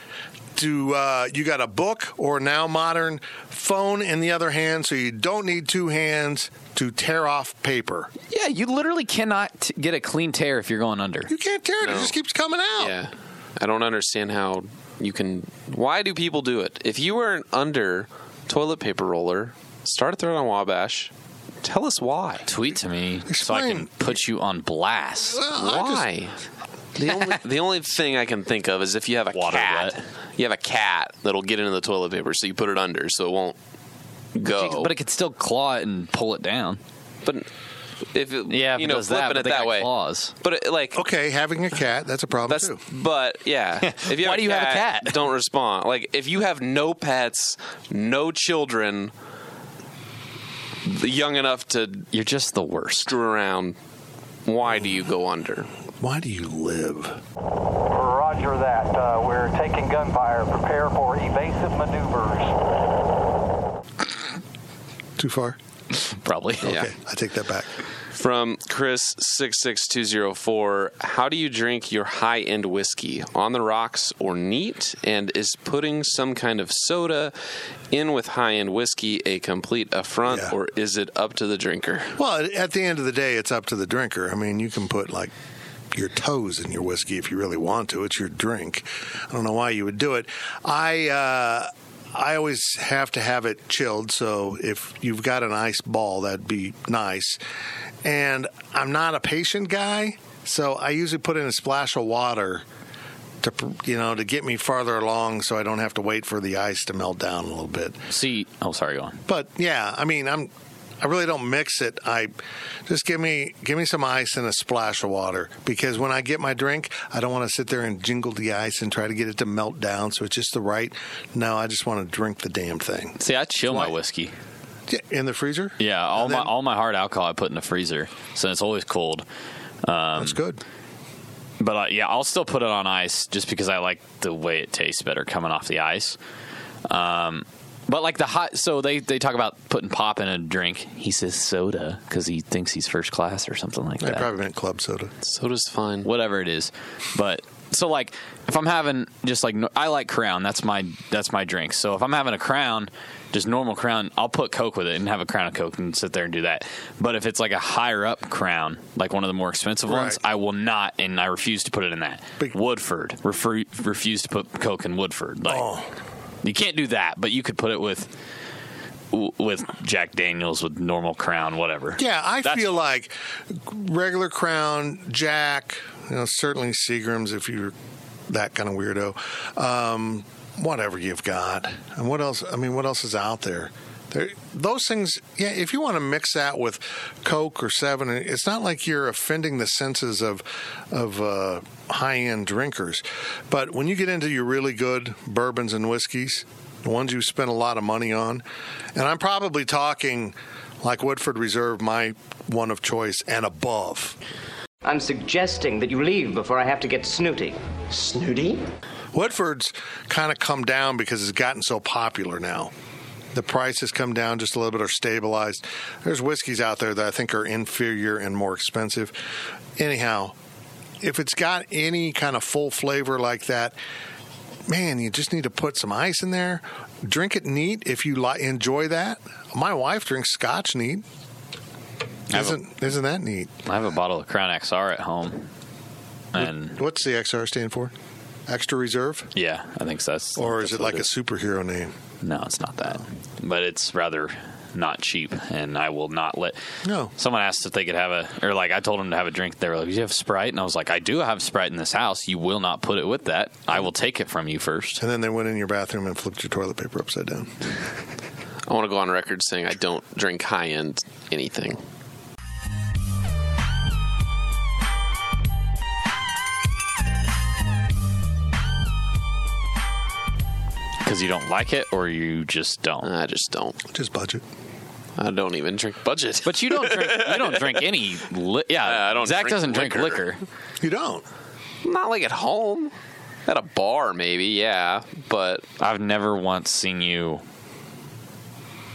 Speaker 3: to. Uh, you got a book or now modern phone in the other hand, so you don't need two hands to tear off paper.
Speaker 4: Yeah, you literally cannot t- get a clean tear if you're going under.
Speaker 3: You can't tear it. It
Speaker 8: No.
Speaker 3: just keeps coming out.
Speaker 8: Yeah. I don't understand how you can. Why do people do it? If you were an under toilet paper roller, start throwing on Wabash. Tell us why.
Speaker 4: Tweet to me so I can
Speaker 8: Explain.
Speaker 4: put you on blast.
Speaker 8: why? the only the only thing I can think of is if you have a cat. You have a cat that'll get into the toilet paper, so you put it under, so it won't go.
Speaker 4: But it could still claw it and pull it down.
Speaker 8: But if it,
Speaker 4: yeah, if
Speaker 8: you
Speaker 4: it
Speaker 8: know,
Speaker 4: does that,
Speaker 8: flipping
Speaker 4: but
Speaker 8: it
Speaker 4: they
Speaker 8: that
Speaker 4: got
Speaker 8: way.
Speaker 4: claws.
Speaker 8: But it, like,
Speaker 3: okay, having a cat, that's a problem
Speaker 8: that's,
Speaker 3: too.
Speaker 8: But yeah, [laughs] if you
Speaker 4: Why
Speaker 8: have
Speaker 4: do you have a cat?
Speaker 8: Don't respond. Like if you have no pets, no children, young enough to
Speaker 4: you're just the worst.
Speaker 8: Screw around. Why do you go under?
Speaker 3: Why do you live?
Speaker 19: Roger that. Uh, we're taking gunfire. Prepare for evasive maneuvers.
Speaker 3: Too far?
Speaker 4: Probably.
Speaker 8: Yeah.
Speaker 3: Okay, I take that back.
Speaker 8: From Chris six six two zero four. How do you drink your high end whiskey on the rocks or neat? And is putting some kind of soda in with high end whiskey a complete affront, or is it up to the drinker?
Speaker 3: Well, at the end of the day, it's up to the drinker. I mean, you can put like your toes in your whiskey if you really want to. It's your drink. I don't know why you would do it. I uh, I always have to have it chilled. So if you've got an ice ball, that'd be nice. And I'm not a patient guy, so I usually put in a splash of water. To, pr- you know, to get me farther along, so I don't have to wait for the ice to melt down a little bit.
Speaker 4: See, oh, sorry, go on.
Speaker 3: But yeah, I mean, I'm I really don't mix it. I just give me give me some ice and a splash of water because when I get my drink, I don't want to sit there and jingle the ice and try to get it to melt down so it's just the right. No, I just want to drink the damn thing.
Speaker 4: See, I chill my whiskey.
Speaker 3: Yeah, In the freezer?
Speaker 4: Yeah, all my all my hard alcohol I put in the freezer, so it's always cold. Um, That's
Speaker 3: good.
Speaker 4: But uh, yeah, I'll still put it on ice just because I like the way it tastes better coming off the ice. Um, but like the hot, so they they talk about putting pop in a drink. He says soda because he thinks he's first class or something like
Speaker 3: I
Speaker 4: that.
Speaker 3: probably meant club soda.
Speaker 8: Soda's fine.
Speaker 4: Whatever it is. But so like if I'm having just like no- I like Crown, that's my that's my drink. So if I'm having a Crown, just normal Crown, I'll put Coke with it and have a Crown of Coke and sit there and do that. But if it's like a higher up Crown, like one of the more expensive ones, I will not and I refuse to put it in that. Woodford refer, refuse to put Coke in Woodford. Like
Speaker 3: Oh.
Speaker 4: you can't do that, but you could put it with with Jack Daniels with normal Crown, whatever.
Speaker 3: Yeah, I
Speaker 4: That's
Speaker 3: feel like regular Crown, Jack, you know, certainly Seagrams if you're that kind of weirdo. Um, whatever you've got, and what else? I mean, what else is out there? There, those things, yeah. If you want to mix that with Coke or Seven, it's not like you're offending the senses of of uh, high end drinkers. But when you get into your really good bourbons and whiskeys, the ones you spend a lot of money on, and I'm probably talking like Woodford Reserve, my one of choice and above.
Speaker 20: I'm suggesting that you leave before I have to get snooty. Snooty?
Speaker 3: Woodford's kind of come down because it's gotten so popular now. The price has come down just a little bit or stabilized. There's whiskeys out there that I think are inferior and more expensive. Anyhow, if it's got any kind of full flavor like that, man, you just need to put some ice in there. Drink it neat if you li- enjoy that. My wife drinks scotch neat.
Speaker 4: I have a-
Speaker 3: Isn't isn't that neat?
Speaker 4: I have a bottle of Crown XR at home. And
Speaker 3: What's the XR stand for? Extra reserve?
Speaker 4: Yeah, I think so. That's,
Speaker 3: Or
Speaker 4: that's
Speaker 3: is it
Speaker 4: what
Speaker 3: like a superhero name?
Speaker 4: No, it's not that. But it's rather not cheap, and I will not let.
Speaker 3: No.
Speaker 4: Someone asked if they could have a, or like I told them to have a drink. They were like, "Do you have Sprite?" And I was like, "I do have Sprite in this house. You will not put it with that. I will take it from you first.
Speaker 3: And then they went in your bathroom and flipped your toilet paper upside down.
Speaker 8: I want to go on record saying I don't drink high end anything.
Speaker 4: Because you don't like it, or you just don't.
Speaker 8: I just don't.
Speaker 3: Just budget.
Speaker 8: I don't even drink budget.
Speaker 4: But you don't drink. you don't drink any. Li- yeah, I don't. Zach
Speaker 8: drink
Speaker 4: doesn't drink
Speaker 8: liquor.
Speaker 4: liquor.
Speaker 3: You don't.
Speaker 8: Not like at home. At a bar, maybe. Yeah, but
Speaker 4: I've never once seen you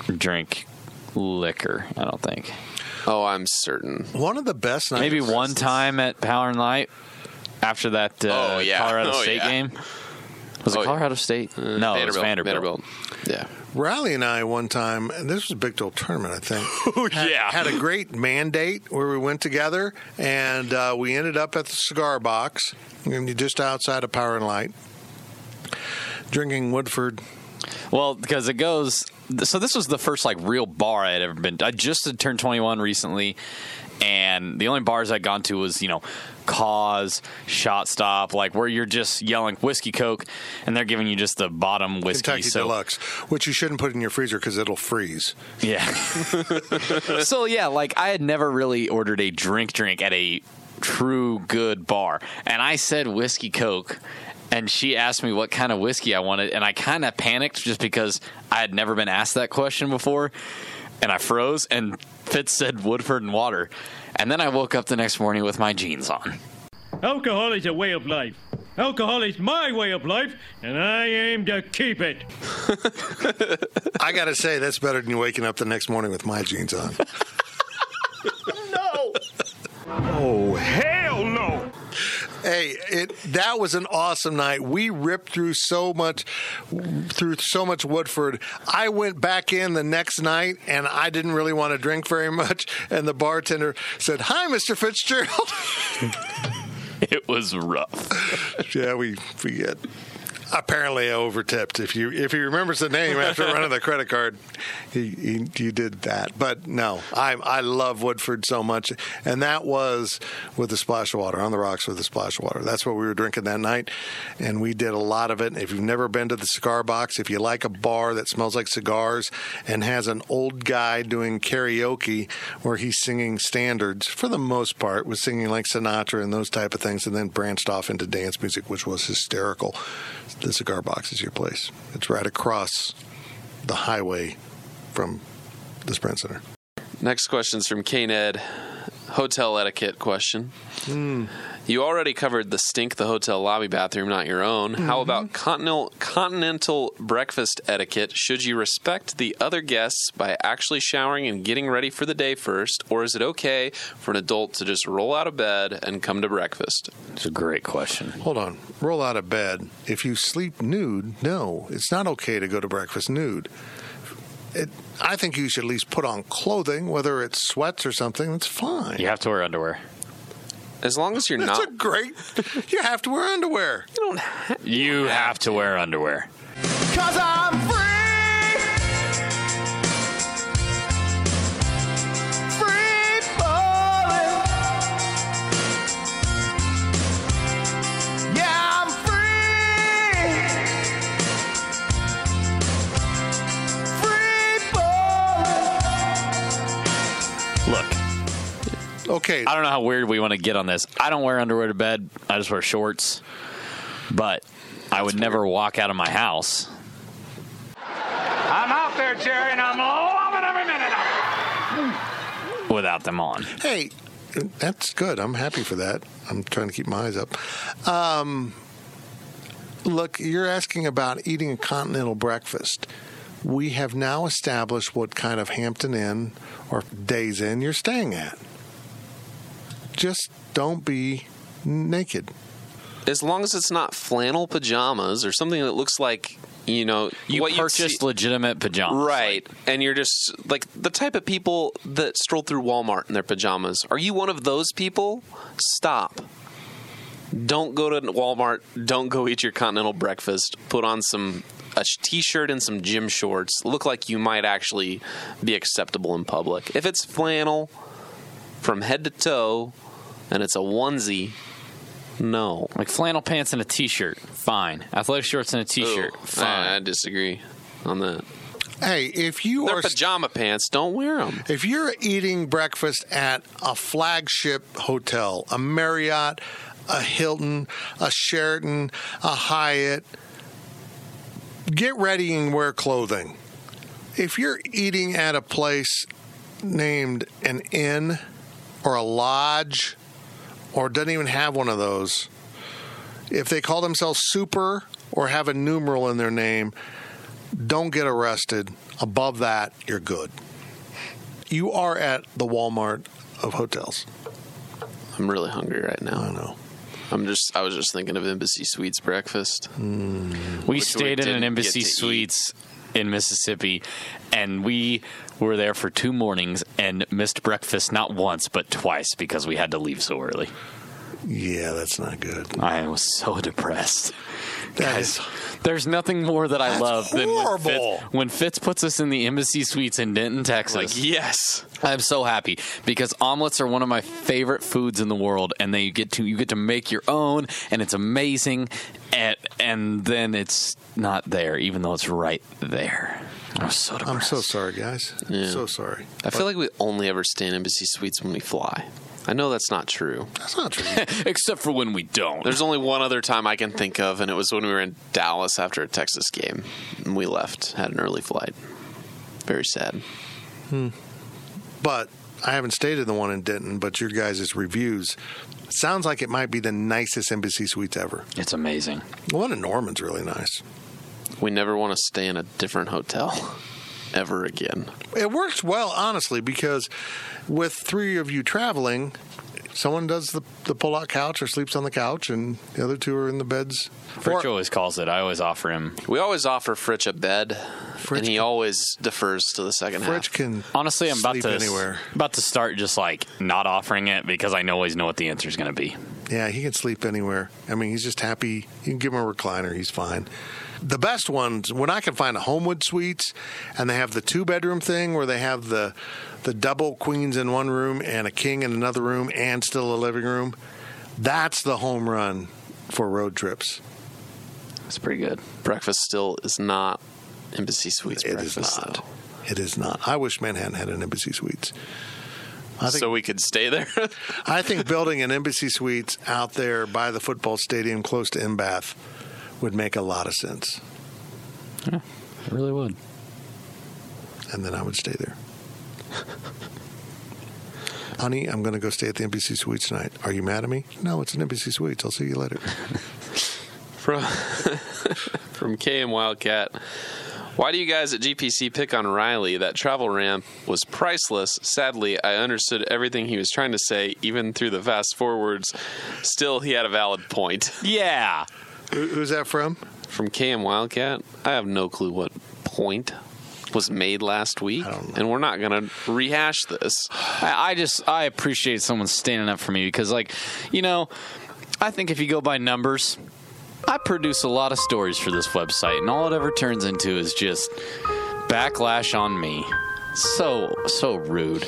Speaker 4: drink liquor. I don't think.
Speaker 8: Oh, I'm certain.
Speaker 3: One of the best nights.
Speaker 4: Maybe one time at Power and Light after that uh,
Speaker 8: Oh, yeah.
Speaker 4: Colorado
Speaker 8: Oh,
Speaker 4: State
Speaker 8: yeah.
Speaker 4: game. Was it
Speaker 8: Oh, yeah.
Speaker 4: Colorado State? no, it was Vanderbilt.
Speaker 8: Vanderbilt. Yeah.
Speaker 3: Raleigh and I one time, and this was a big deal tournament, I
Speaker 4: [laughs]
Speaker 3: think. oh
Speaker 8: yeah.
Speaker 3: had a great mandate where we went together, and uh, we ended up at the cigar box, and just outside of Power and Light, drinking Woodford.
Speaker 4: Well, because it goes. So this was the first like real bar I had ever been. I just had turned 21 recently, and the only bars I'd gone to was you know, Cause, Shot Stop, like where you're just yelling whiskey Coke, and they're giving you just the bottom whiskey.
Speaker 3: Kentucky
Speaker 4: so
Speaker 3: Deluxe, which you shouldn't put in your freezer because it'll freeze.
Speaker 4: yeah. [laughs] so yeah, like I had never really ordered a drink drink at a true good bar, and I said whiskey Coke. And she asked me what kind of whiskey I wanted, and I kind of panicked just because I had never been asked that question before, and I froze. And Fitz said Woodford and water, and then I woke up the next morning with my jeans on.
Speaker 21: Alcohol is a way of life. Alcohol is my way of life, and I aim to keep it.
Speaker 3: I got to say, that's better than you waking up the next morning with my jeans on. [laughs]
Speaker 21: No!
Speaker 3: Oh hell no! Hey, it that was an awesome night. We ripped through so much through so much Woodford. I went back in the next night and I didn't really want to drink very much and the bartender said, "Hi, Mr. Fitzgerald." [laughs]
Speaker 4: It was rough.
Speaker 3: [laughs] yeah, we we get apparently overtipped. If you if he remembers the name after running the credit card, he, he you did that. But no, I I love Woodford so much, and that was with the splash of water on the rocks with the splash of water. That's what we were drinking that night, and we did a lot of it. If you've never been to the cigar box, if you like a bar that smells like cigars and has an old guy doing karaoke where he's singing standards for the most part was singing like Sinatra and those type of things, and then branched off into dance music, which was hysterical. The cigar box is your place. It's right across the highway from the Sprint Center.
Speaker 8: Next question's from Kane Ed. Hotel etiquette question.
Speaker 4: Hmm.
Speaker 8: You already covered the stink the hotel lobby bathroom, not your own.
Speaker 4: Mm-hmm.
Speaker 8: How about continental continental breakfast etiquette? Should you respect the other guests by actually showering and getting ready for the day first, or is it okay for an adult to just roll out of bed and come to breakfast?
Speaker 4: It's a great question.
Speaker 3: Hold on. Roll out of bed. If you sleep nude, no, it's not okay to go to breakfast nude. It, I think you should at least put on clothing, whether it's sweats or something. That's fine.
Speaker 4: You have to wear underwear.
Speaker 8: As long as you're
Speaker 3: That's
Speaker 8: not
Speaker 3: a great. You have to wear underwear.
Speaker 8: You don't.
Speaker 4: You have to wear underwear.
Speaker 12: Cause I'm free. Free falling. Yeah, I'm free. Free falling.
Speaker 4: Look,
Speaker 3: okay.
Speaker 4: I don't know how weird we want to get on this. I don't wear underwear to bed. I just wear shorts. But I would never walk out of my house.
Speaker 21: I'm out there, Jerry, and I'm loving every minute of it.
Speaker 4: without them on.
Speaker 3: Hey, that's good. I'm happy for that. I'm trying to keep my eyes up. Um, look, you're asking about eating a continental breakfast. We have now established what kind of Hampton Inn or Days Inn you're staying at. Just don't be naked.
Speaker 8: as long as it's not flannel pajamas or something that looks like you know
Speaker 4: You
Speaker 8: what you'd
Speaker 4: purchased
Speaker 8: see-
Speaker 4: legitimate pajamas.
Speaker 8: right and you're just like the type of people that stroll through walmart in their pajamas are you one of those people stop don't go to walmart don't go eat your continental breakfast put on some a sh- t-shirt and some gym shorts look like you might actually be acceptable in public if it's flannel from head to toe and it's a onesie no
Speaker 4: Like flannel pants and a t shirt, fine. Athletic shorts and a t shirt,
Speaker 8: Ooh,
Speaker 4: fine.
Speaker 8: I, I disagree on that.
Speaker 3: Hey, if you
Speaker 8: They're
Speaker 3: are
Speaker 8: pajama pants. Don't wear them.
Speaker 3: If you're eating breakfast at a flagship hotel, a Marriott, a Hilton, a Sheraton, a Hyatt, get ready and wear clothing. If you're eating at a place named an inn or a lodge or doesn't even have one of those, if they call themselves super or have a numeral in their name, don't get arrested. Above that, you're good. You are at the Walmart of hotels.
Speaker 8: I'm really hungry right now.
Speaker 3: I know.
Speaker 8: I'm just. I was just thinking of Embassy Suites breakfast.
Speaker 3: Mm.
Speaker 4: We
Speaker 8: Which we
Speaker 4: stayed in
Speaker 8: didn't
Speaker 4: an embassy
Speaker 8: get to eat.
Speaker 4: suites in Mississippi, and we were there for two mornings and missed breakfast not once but twice because we had to leave so early.
Speaker 3: Yeah, that's not good.
Speaker 4: I was so depressed.
Speaker 3: That
Speaker 4: Oh, Guys, there's nothing more that I
Speaker 3: That's
Speaker 4: love than when
Speaker 3: horrible.
Speaker 4: Fitz, when Fitz puts us in the embassy suites in Denton, Texas.
Speaker 8: Like yes,
Speaker 4: I'm so happy because omelets are one of my favorite foods in the world, and they get to you get to make your own, and it's amazing, and and then it's not there, even though it's right there. I'm so depressed.
Speaker 3: I'm so sorry, guys.
Speaker 8: Yeah.
Speaker 3: So sorry.
Speaker 8: I feel like we only ever stay in Embassy Suites when we fly. I know that's not true.
Speaker 3: That's not true. [laughs]
Speaker 4: Except for when we don't.
Speaker 8: There's only one other time I can think of, and it was when we were in Dallas after a Texas game. And we left, had an early flight. Very sad.
Speaker 3: but I haven't stayed in the one in Denton, but your guys' reviews sounds like it might be the nicest embassy suites ever.
Speaker 4: It's amazing.
Speaker 3: The one in Norman's really nice.
Speaker 8: We never want to stay in a different hotel [laughs] ever again.
Speaker 3: It works well, honestly, because with three of you traveling, someone does the, the pull out couch or sleeps on the couch, and the other two are in the beds.
Speaker 4: Fritch always calls it. I always offer him
Speaker 8: We always offer Fritch a bed,
Speaker 3: Fritch
Speaker 8: and he always defers to the second
Speaker 3: Fritch
Speaker 8: half.
Speaker 3: can
Speaker 4: Honestly, I'm about
Speaker 3: sleep
Speaker 4: to
Speaker 3: anywhere.
Speaker 4: about to start just like not offering it because I always know what the answer is going to be.
Speaker 3: Yeah, he can sleep anywhere. I mean, he's just happy. You can give him a recliner, he's fine. The best ones when I can find a Homewood Suites, and they have the two bedroom thing where they have the the double queens in one room and a king in another room, and still a living room. That's the home run for road trips.
Speaker 4: It's pretty good.
Speaker 8: Breakfast still is not Embassy Suites
Speaker 3: It is
Speaker 8: breakfast.
Speaker 3: not. It is not. I wish Manhattan had an Embassy Suites. I think
Speaker 8: so we could stay there. [laughs]
Speaker 3: I think building an Embassy Suites out there by the football stadium, close to Embath, would make a lot of sense.
Speaker 4: I really would.
Speaker 3: and then I would stay there. Honey, I'm going to go stay at the NBC Suites tonight. Are you mad at me? No, it's an NBC Suites. I'll see you
Speaker 4: [laughs]
Speaker 3: later.
Speaker 8: from [laughs] from KM Wildcat. Why do you guys at GPC pick on Riley? That travel ramp was priceless. Sadly, I understood everything he was trying to say, even through the fast forwards. Still, he had a valid point. [laughs]
Speaker 4: Yeah.
Speaker 3: Who, who's that from?
Speaker 8: From KM Wildcat, I have no clue what point was made last week, and we're not going to rehash this.
Speaker 4: I, I just I appreciate someone standing up for me because like, you know, I think if you go by numbers, I produce a lot of stories for this website, and all it ever turns into is just backlash on me. So so rude.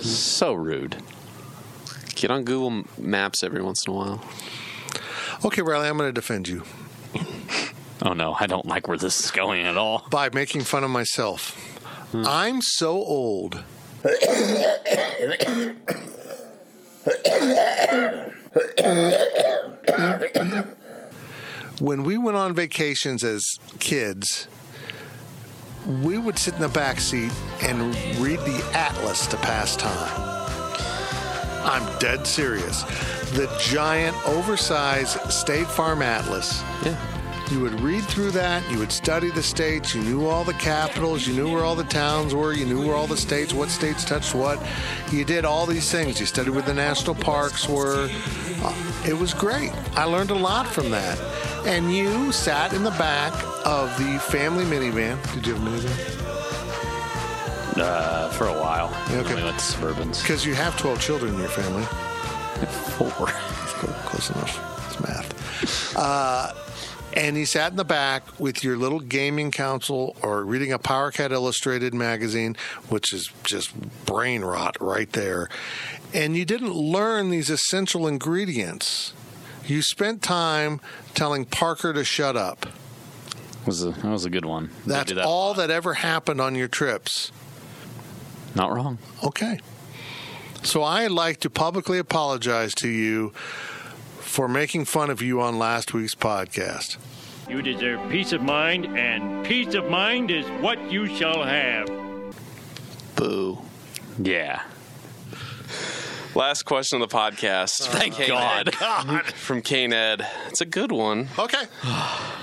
Speaker 4: So rude.
Speaker 8: Get on Google Maps every once in a while.
Speaker 3: Okay, Riley, I'm going to defend you
Speaker 4: Oh no, I don't like where this is going
Speaker 3: [laughs]
Speaker 4: at all.
Speaker 3: by making fun of myself. I'm so old. when we went on vacations as kids, we would sit in the back seat and read the atlas to pass time. I'm dead serious. The giant, oversized State Farm atlas. You would read through that. You would study the states. You knew all the capitals. You knew where all the towns were. You knew where all the states, what states touched what. You did all these things. You studied where the national parks were. Uh, It was great. I learned a lot from that. And you sat in the back of the family minivan. Did you have a minivan?
Speaker 4: Uh, for a while. And then
Speaker 3: Okay.
Speaker 4: We went to Suburbans.
Speaker 3: Because you have 12 children in your family.
Speaker 4: Four.
Speaker 3: Close enough. It's math. Uh, and he sat in the back with your little gaming console or reading a Power Cat Illustrated magazine, which is just brain rot right there. And you didn't learn these essential ingredients. You spent time telling Parker to shut up.
Speaker 4: was a, that was a good one. They
Speaker 3: That's
Speaker 4: do that.
Speaker 3: all that ever happened on your trips.
Speaker 4: Not wrong.
Speaker 3: Okay. So I'd like to publicly apologize to you for making fun of you on last week's podcast.
Speaker 21: You deserve peace of mind, and peace of mind is what you shall have.
Speaker 8: Boo.
Speaker 4: Yeah.
Speaker 8: Last question of the podcast.
Speaker 4: Thank
Speaker 8: From Kane
Speaker 4: God.
Speaker 8: Ed. From Kane Ed. It's a good one.
Speaker 3: Okay.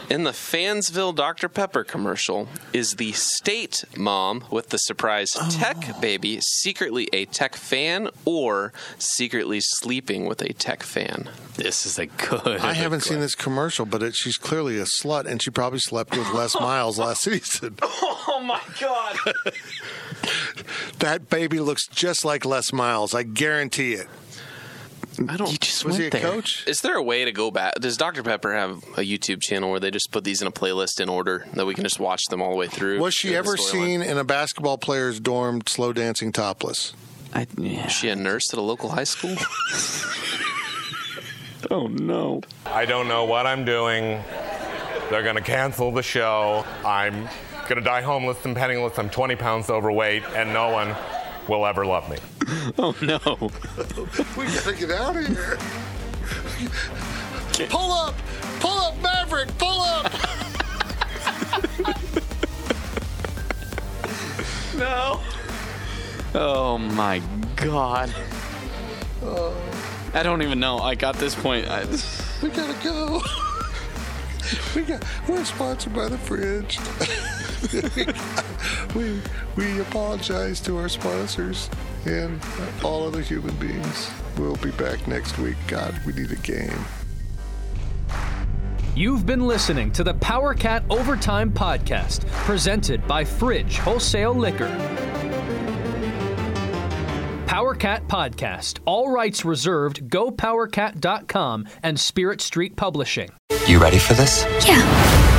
Speaker 8: In the Fansville Dr. Pepper commercial, is the state mom with the surprise tech baby secretly a tech fan or secretly sleeping with a tech fan?
Speaker 4: This is a good.
Speaker 3: I haven't
Speaker 4: [laughs]
Speaker 3: seen this commercial, but it, she's clearly a slut, and she probably slept with Les Miles last season.
Speaker 8: Oh my
Speaker 3: [laughs]
Speaker 8: God.
Speaker 3: That baby looks just like Les Miles. I guarantee it.
Speaker 8: I don't.
Speaker 3: was he a coach?
Speaker 8: Is there a way to go back? Does Dr. Pepper have a YouTube channel where they just put these in a playlist in order that we can just watch them all the way through?
Speaker 3: Was she
Speaker 8: through the
Speaker 3: ever
Speaker 8: storyline?
Speaker 3: seen in a basketball player's dorm slow dancing topless?
Speaker 4: I,
Speaker 3: oh,
Speaker 4: yeah.
Speaker 8: She a nurse at a local high school?
Speaker 4: Oh no.
Speaker 7: I don't know what I'm doing. They're going to cancel the show. I'm going to die homeless and penniless. I'm 20 pounds overweight, and no one will ever love me.
Speaker 4: Oh no.
Speaker 3: we gotta get out of here. Pull up! Pull up, Maverick! Pull up!
Speaker 4: No. Oh my god.
Speaker 3: Oh.
Speaker 4: I don't even know. Like at this point, I,
Speaker 3: we gotta go. we got. We're sponsored by the fridge. [laughs] we we apologize to our sponsors and all other human beings. We'll be back next week. God, we need a game.
Speaker 2: You've been listening to the Power Cat Overtime Podcast, presented by Fridge Wholesale Liquor. Power Cat Podcast, all rights reserved, gopowercat.com and Spirit Street Publishing.
Speaker 1: You ready for this?